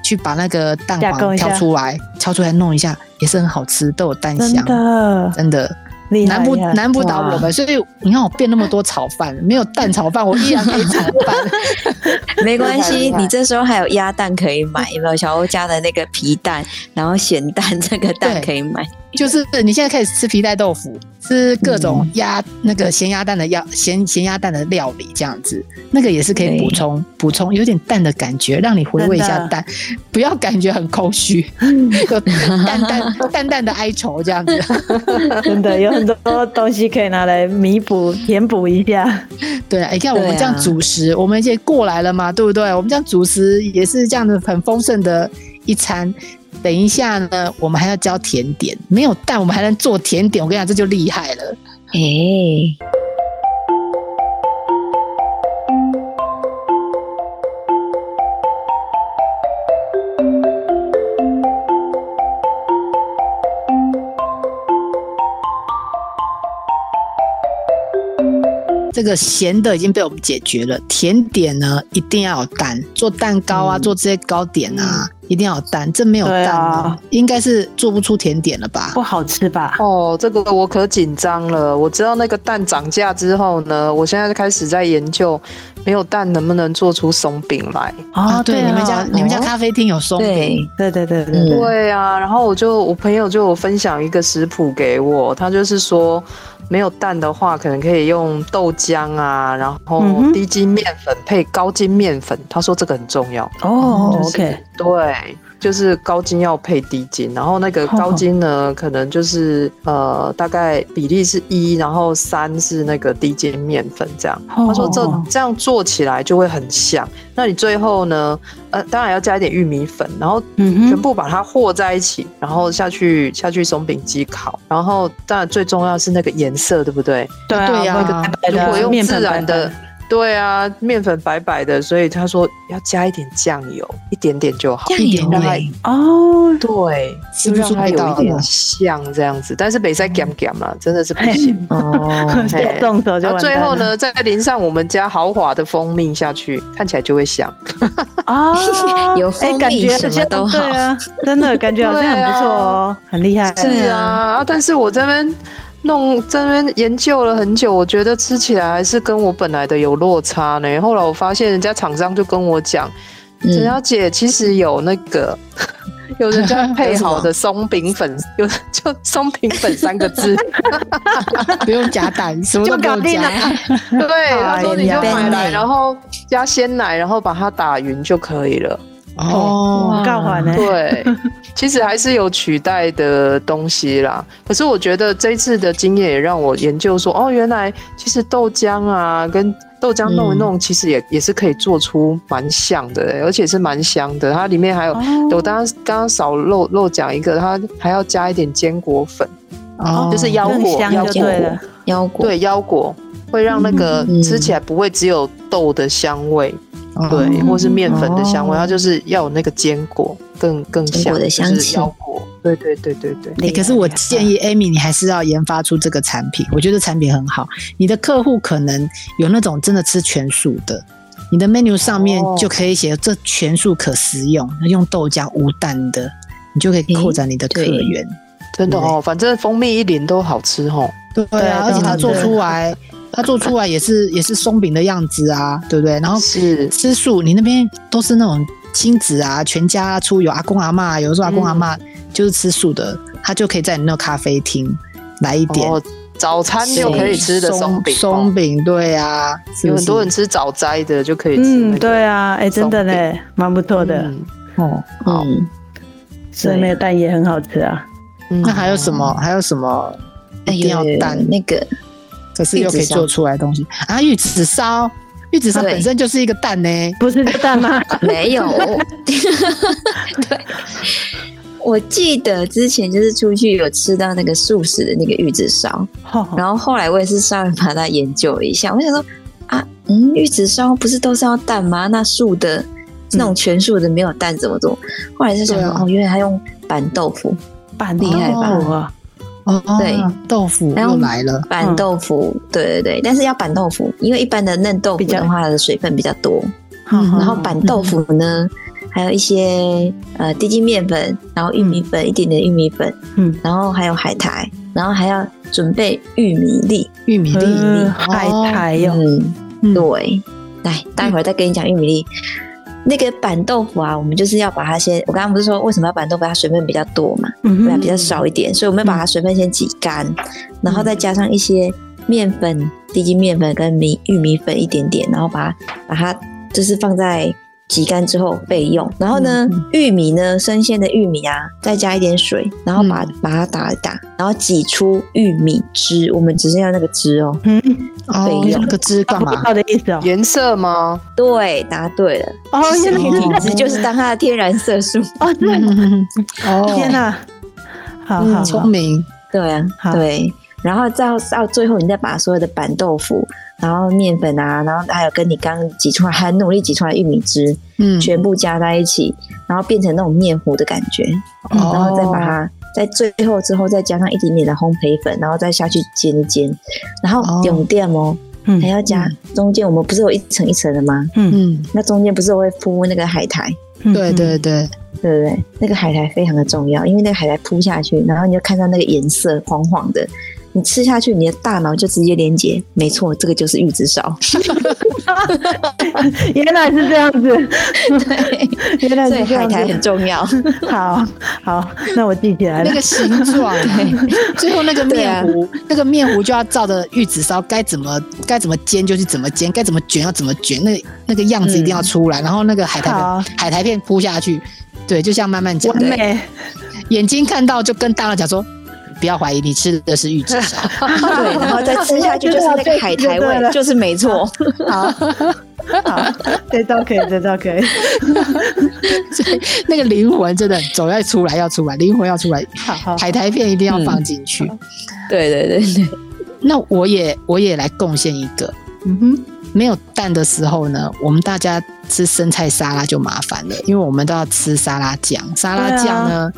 B: 去把那个蛋
E: 加工
B: 黄
E: 一下
B: 挑出来，挑出来弄一下，也是很好吃，都有蛋
E: 真
B: 香，
E: 的
B: 真的。
E: 厉害，
B: 难不
E: 厉害
B: 难不倒我们，所以你看我变那么多炒饭，没有蛋炒饭，我依然可以炒饭。
C: 没关系
D: 厉，害
C: 你这时候还有鸭蛋可以买，有没有？小欧家的那个皮蛋，然后咸蛋这个蛋
B: 对
C: 可以买，
B: 就是你现在开始吃皮带豆腐，吃各种
E: 嗯
B: 鸭、那个咸鸭蛋的鸭咸咸鸭蛋的料理，这样子，那个也是可以
C: 对
B: 补充补充有点蛋的感觉，让你回味一下
E: 真的
B: 蛋，不要感觉很 空虚，有淡淡淡淡的哀愁这样子。
E: 真的有很多东西可以拿来弥补、填补一下。
B: 对啊，你看我们这样主食，我们已经过来了嘛，对不对？我们这样主食也是这样的很丰盛的一餐。等一下呢，我们还要教甜点，没有蛋我们还能做甜点，我跟你讲这就厉害了。
C: 哎、
B: 这个咸的已经被我们解决了，甜点呢一定要有蛋，做蛋糕啊，做这些糕点啊，一定要有蛋，这没有
E: 对
B: 蛋、
E: 啊
B: 应该是做不出甜点了吧？
E: 不好吃吧？
D: 哦，这个我可紧张了。我知道那个蛋涨价之后呢，我现在开始在研究，没有蛋能不能做出松饼来。
E: 啊
B: 对，你们家、你们家咖啡厅有松饼，
C: 对，
E: 对对对对，
C: 嗯
D: 对啊，然后我就我朋友就有分享一个食谱给我，他就是说没有蛋的话，可能可以用豆浆啊，然后
E: 嗯哼
D: 低筋面粉配高筋面粉，他说这个很重要。
E: 哦
D: 就是
E: ，OK，
D: 对，就是高筋要配低筋，然后那个高筋呢，可能就是呃，大概比例是一，然后三是那个低筋面粉这样。他
E: 他
D: 说这这样做起来就会很像。那你最后呢，呃，当然要加一点玉米粉，然后
E: 嗯
D: 全
E: 哼，
D: 部把它和在一起，然后下去下去松饼机烤。然后当然最重要是那个颜色，对不对？
E: 对
B: 对啊
E: 啊，那个白
D: 如
E: 白
D: 果
E: 的
D: 用
E: 面
D: 自
E: 粉白
D: 然的，
E: 白
D: 对啊，面粉白白的，所以他说要加一点酱油，一点点就好。
C: 酱油
D: 让它
C: 哎，
E: 哦，
D: 对，
B: 吃
D: 就
B: 不
D: 让
B: 出
D: 它
B: 味
D: 有
B: 道
D: 一点像这样子，但是北塞 gam gam 啦，真的是不 行。
C: 哦，，
D: 嘿
E: 动手就
D: 然后
E: 完蛋了
D: 最后呢，再淋上我们家豪华的蜂蜜下去，看起来就会像。
E: 啊
C: 有
E: 哎
C: 蜂蜜
E: 感觉
C: 什么
E: 好像
C: 都好
E: 对啊，真的感觉好像很不错哦，很厉害。
D: 是啊，啊，但是我这边弄这边研究了很久，我觉得吃起来还是跟我本来的有落差呢。后来我发现人家厂商就跟我讲，陈
C: 嗯，
D: 小姐其实有那个。 有人家配
C: 有什么
D: 好的松饼粉， 有就松饼粉三个 字，
B: 不用加蛋，什么都不用
E: 就搞定
B: 加
E: 了。
D: 对，他说你就
C: 哎呀
D: 买来，
C: Benny
D: 然后加鲜奶，然后把它打匀就可以了。
B: 哦，
E: 告还呢，
D: 对，其实还是有取代的东西啦。可是我觉得这次的经验也让我研究说，哦，原来其实豆浆啊，跟豆浆弄一弄，其实也、也是可以做出蛮像的、而且是蛮香的。它里面还有，
C: 哦
D: 我刚刚刚刚少漏漏讲一个，它还要加一点坚果粉，
B: 哦
D: 就是腰
E: 更
D: 果，
E: 香
D: 腰
E: 就
D: 果
E: 对了，
C: 腰果，
D: 对腰果会让那个
C: 嗯
D: 吃起来不会只有豆的香味，
B: 哦
D: 对，或是面粉的香味，
C: 嗯哦
D: 它就是要有那个坚果更更
C: 坚
D: 香
C: 果的香气
D: 就是腰果。对对对对对，
B: 欸可是我建议
D: 嗯
B: Amy，你还是要研发出这个产品。我觉得产品很好，你的客户可能有那种真的吃全素的，你的 menu 上面
D: 哦
B: 就可以写这全素可食用，用豆浆无蛋的，你就可以扩展你的客源。
D: 真的哦，反正蜂蜜一淋都好吃哦。
B: 对啊，而且它做出 来，它做出来也是也是松饼的样子啊，对不对？然后
D: 是
B: 吃素，你那边都是那种亲子啊，全家出游，阿公阿妈，有时候阿公
D: 嗯
B: 阿妈就是吃素的，他就可以在你那咖啡厅来一点。
D: 哦，早餐就可以吃的松饼哦，
B: 松饼对啊，是
D: 有
B: 不
D: 很
B: 是
D: 多人吃早斋的就可以吃那
E: 嗯，
D: 个。
E: 对啊，哎，真的
D: 松
E: 嘞，蛮不错的，
D: 嗯，
B: 哦。
D: 好
C: 嗯，
E: 所以那个蛋也很好吃啊。
D: 嗯
B: 那还有什么？还有什么
C: 哎
B: 一定要
C: 有有有
B: 蛋，
C: 那个
B: 可是又可以
C: 玉子烧
B: 做出来的东西啊？玉子烧，玉子烧
C: 对
B: 本身就是一个蛋呢。
E: 不是蛋吗？
C: 没有，我 对，我记得之前就是出去有吃到那个素食的那个玉子烧，
E: 哦
C: 然后后来我也是稍微把它研究了一下，我想说啊，嗯，玉子烧不是都是要蛋吗？那素的那种全素的没有蛋怎么做？后来就想说、
B: 对啊
C: 哦，原来他用板豆腐，
E: 板
C: 厉害吧
E: 豆腐啊，
B: 哦，
C: 对，
B: 豆腐
C: 然
B: 又
C: 后
B: 来了。
C: 板豆腐，对对对，但是要板豆腐，因为一般的嫩豆腐
E: 比较
C: 的话，它的水分比较多，
B: 嗯
C: 然后板豆腐呢，还有一些呃低筋面粉，然后玉米粉、一点点玉米粉，
E: 嗯，
C: 然后还有海苔，然后还要准备玉米粒，
B: 玉米粒，哦
E: 呃海苔哟，
C: 嗯，
B: 嗯
C: 对，来，待会儿再跟你讲玉米粒。那个板豆腐啊，我们就是要把它先，我刚刚不是说为什么要板豆腐？它水分比较多嘛，
E: 嗯
C: 对啊，
E: 哼
C: 比较少一点，所以我们要把它水分先挤干，然后再加上一些面粉、低筋面粉跟米玉米粉一点点，然后把它把它就是放在挤干之后备用。然后
E: 嗯
C: 呢，玉米呢，生鲜的玉米啊，再加一点水，然后
E: 嗯
C: 把、把它打一打，然后挤出玉米汁，我们只剩下那个汁哦，
E: 嗯，
C: 备
B: 哦，
C: 用
B: 那个汁干嘛？
E: 好的意思哦。
D: 颜色吗？
C: 对，答对了，
E: 哦，原来
C: 玉
E: 是
C: 米汁就是当它的天然色素。
E: 哦，这
B: 哦，
E: 天哪！好好
B: 嗯，
E: 好
B: 聪，明，
C: 对啊，
E: 好
C: 对，然后到到最后，你再把所有的板豆腐，然后面粉啊，然后还有跟你刚挤出来，很努力挤出来的玉米汁，
B: 嗯，
C: 全部加在一起，然后变成那种面糊的感觉，然后再把
B: 哦，
C: 它在最后之后再加上一点点的烘焙粉，然后再下去煎一煎，然
B: 哦
C: 后用电哦，
E: 嗯
C: 还要加、中间我们不是有一层一层的吗？
E: 嗯
B: 嗯，
C: 那中间不是会铺那个海苔，
E: 嗯，
B: 对对对，
C: 对不对？那个海苔非常的重要，因为那个海苔铺下去，然后你就看到那个颜色黄黄的，你吃下去，你的大脑就直接连接，没错，这个就是玉子烧。
E: 嗯，原来是这样子， 原来
C: 所以
E: 是这
C: 海
E: 样
C: 苔很
E: 子。
C: 重 要。
E: 好好，那我记起来了
B: 那。个形状，最后那个
C: 对啊
B: 面糊，那个面糊就要照着玉子烧该怎么该怎么煎就去怎么煎，该怎么卷要怎么卷，那那个样子一定要出来，然后那个海苔
E: 嗯好
B: 粉海苔片铺下去，对，就像慢慢讲
E: 完
B: 的，
E: 美，
B: 眼睛看到就跟大脑讲说，不要怀疑，你吃的是玉子 烧，
C: 对，然后再吃下去就是那个海
B: 啊
C: 苔味，就是没错。
E: 好，好，这招可以，这招可以，
B: 所以那个灵魂真的很重要，要出来要出来，灵魂要出来，
E: 好好，嗯
B: 海苔片一定要放进去。
C: 对对对对，
B: 那我也我也来贡献一个，
E: 嗯哼，
B: 没有蛋的时候呢，我们大家吃生菜沙拉就麻烦了，因为我们都要吃沙拉酱。沙拉酱呢，
E: 啊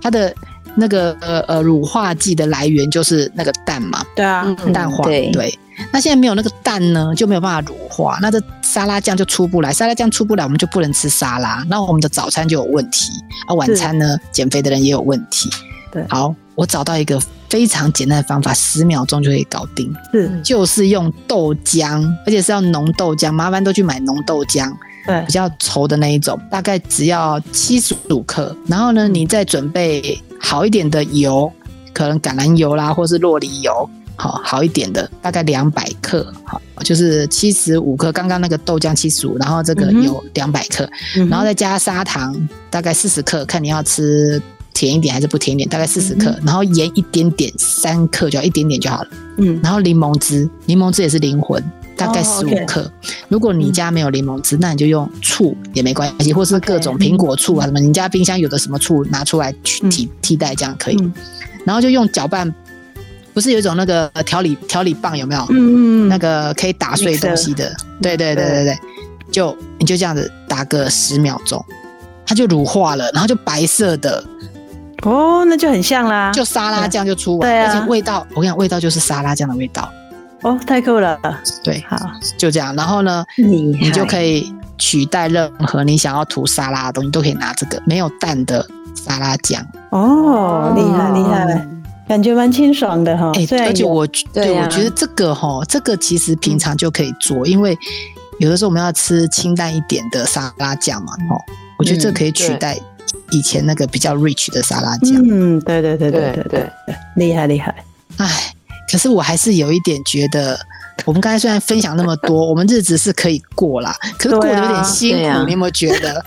B: 它的那个呃呃乳化剂的来源就是那个蛋嘛，
E: 对啊，
C: 嗯
B: 蛋黄、
C: 对
B: 对。那现在没有那个蛋呢，就没有办法乳化，那这沙拉酱就出不来，沙拉酱出不来，我们就不能吃沙拉，那我们的早餐就有问题，啊，晚餐呢，减肥的人也有问题。
E: 对
B: 好，我找到一个非常简单的方法，十秒钟就可以搞定。
E: 是，
B: 就是用豆浆，而且是要浓豆浆，麻烦都去买浓豆浆，
E: 对
B: 比，较稠的那一种，大概只要七十五克。然后
E: 嗯
B: 呢，你再准备好一点的油，可能橄榄油啦，或是洛梨油，好好一点的，大概两百克，好，就是七十五克。刚刚那个豆浆七十五，然后这个
E: 嗯哼
B: 油两百克，
E: 嗯哼
B: 然后再加砂糖，大概四十克，看你要吃甜一点还是不甜一点，大概四十克，然后盐一点点，三克就好，一点点就好了。
E: 嗯，
B: 然后柠檬汁，柠檬汁也是灵魂，大概
E: 哦
B: 十
E: ，OK 嗯
B: 五克。如果你家没有柠檬汁，那你就用醋也没关系，或是
E: OK
B: 各种苹果醋啊什么，你家冰箱有的什么醋拿出来去
E: 嗯
B: 替替代，这样可以
E: 嗯。
B: 然后就用搅拌，不是有一种那个调理调理棒有没有？
E: 嗯嗯，
B: 那个可以打碎东西的，对对对对对，就你就这样子打个十秒钟，它就乳化了，然后就白色的，
E: 哦，那就很像啦，
B: 就沙拉酱就出
E: 对
B: 来，
E: 啊
B: 而且味道，我跟你讲，味道就是沙拉酱的味道，
E: 哦，太酷了，
B: 对，
E: 好，
B: 就这样。然后呢，
C: 厉害，
B: 你就可以取代任何你想要涂沙拉的东西，都可以拿这个没有蛋的沙拉酱。
E: 哦，厉害厉害，感觉蛮清爽的哈，
B: 哎、
E: 虽然
B: 而且
E: 有
B: 我觉
C: 对
B: 对
C: 啊
B: 我觉得这个哈，这个其实平常就可以做，因为有的时候我们要吃清淡一点的沙拉酱嘛，哦，我觉得这可以取代以前那个比较 rich 的沙拉酱。
E: 嗯，对对对对对
D: 对
E: 对
D: 对，
E: 厉害厉害，
B: 哎、可是我还是有一点觉得。我们刚才虽然分享那么 多，我们日子是可以过啦，可是过得有
E: 对啊
B: 点辛苦，
C: 对啊
B: 你有没有觉得？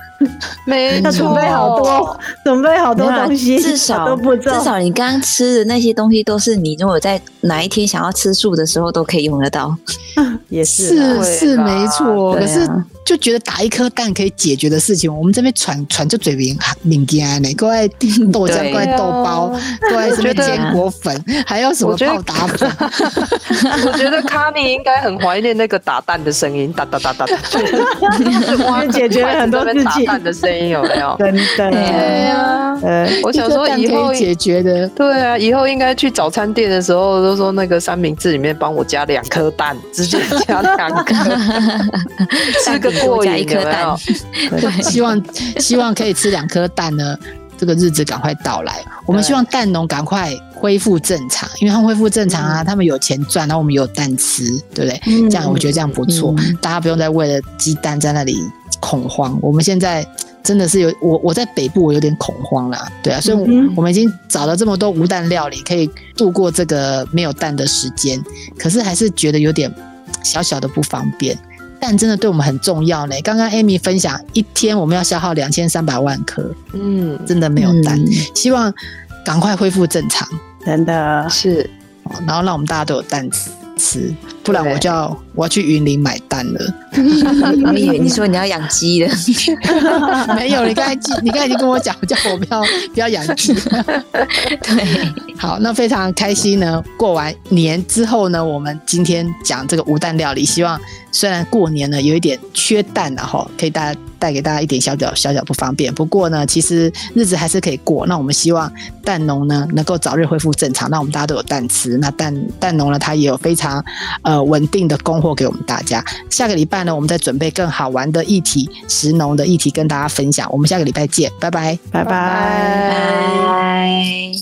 D: 没
E: 要准备好多，准备好多
C: 没有啦
E: 东西，
C: 至
E: 好
C: 少
E: 多步骤，
C: 至少你刚刚吃的那些东西，都是你如果在哪一天想要吃素的时候都可以用得到。
E: 也是啦，
B: 是是
D: 对啦
B: 没错，
C: 对
B: 可
C: 啊
B: 是就觉得打一颗蛋可以解决的事情，我们这边喘喘着嘴边啊敏感呢，怪爱豆浆，
C: 对
B: 怪爱豆包，怪爱什么
D: 啊我觉得
B: 坚果粉， 还有什么
D: 我觉得
B: 泡打粉，
D: 我觉得卡尼应该很怀念那个打蛋的声音，哒哒哒哒哒，
E: 也 解决了很多事
D: 打
E: 情，啊
D: 蛋的声音有没有？
E: 真
C: 对
E: 的，
D: 对啊，
E: 呃，
D: 我想
B: 一颗
D: 说
B: 蛋
D: 以后
B: 可以解决的。
D: 对啊，以后应该去早餐店的时候都说那个三明治里面帮我加两颗蛋，直接加两颗，吃个
C: 蛋饼
D: 过
C: 多加一
D: 瘾
C: 颗
D: 有没
C: 蛋
D: 有？
B: 希望希望可以吃两颗蛋呢，这个日子赶快到来。我们
D: 对
B: 希望蛋农赶快恢复正常，因为他们恢复正常
D: 嗯
B: 啊，他们有钱赚，然后我们有蛋吃，对不对？
E: 嗯
B: 这样我觉得这样不错，
C: 嗯
B: 大家不用再为了鸡蛋在那里恐慌。我们现在。真的是有我，我在北部我有点恐慌啦，对啊，所以我
E: 嗯
B: 我们已经找了这么多无蛋料理，可以度过这个没有蛋的时间，可是还是觉得有点小小的不方便。蛋真的对我们很重要呢。刚刚 Amy 分享，一天我们要消耗两千三百万颗，
D: 嗯，
B: 真的没有蛋，
C: 嗯
B: 希望赶快恢复正常，
E: 真的
D: 是
B: 哦然后让我们大家都有蛋吃吃，不然
D: 对
B: 我就要我要去云林买蛋了。
C: 你以为嗯你说你要养鸡的，
B: 没有，你刚才记，你刚才已经跟我讲，叫我不要 不要养鸡。
C: 对，
B: 好，那非常开心呢。过完年之后呢，我们今天讲这个无蛋料理，希望虽然过年呢有一点缺蛋然后可以大家带给大家一点小小小小不方便。不过呢，其实日子还是可以过。那我们希望蛋农呢能够早日恢复正常，那我们大家都有蛋吃。那蛋蛋农呢，它也有非常呃稳定的供货给我们大家。下个礼拜呢，我们再准备更好玩的议题，食农的议题跟大家分享。我们下个礼拜见，拜拜。
E: 拜拜。
D: 拜
C: 拜。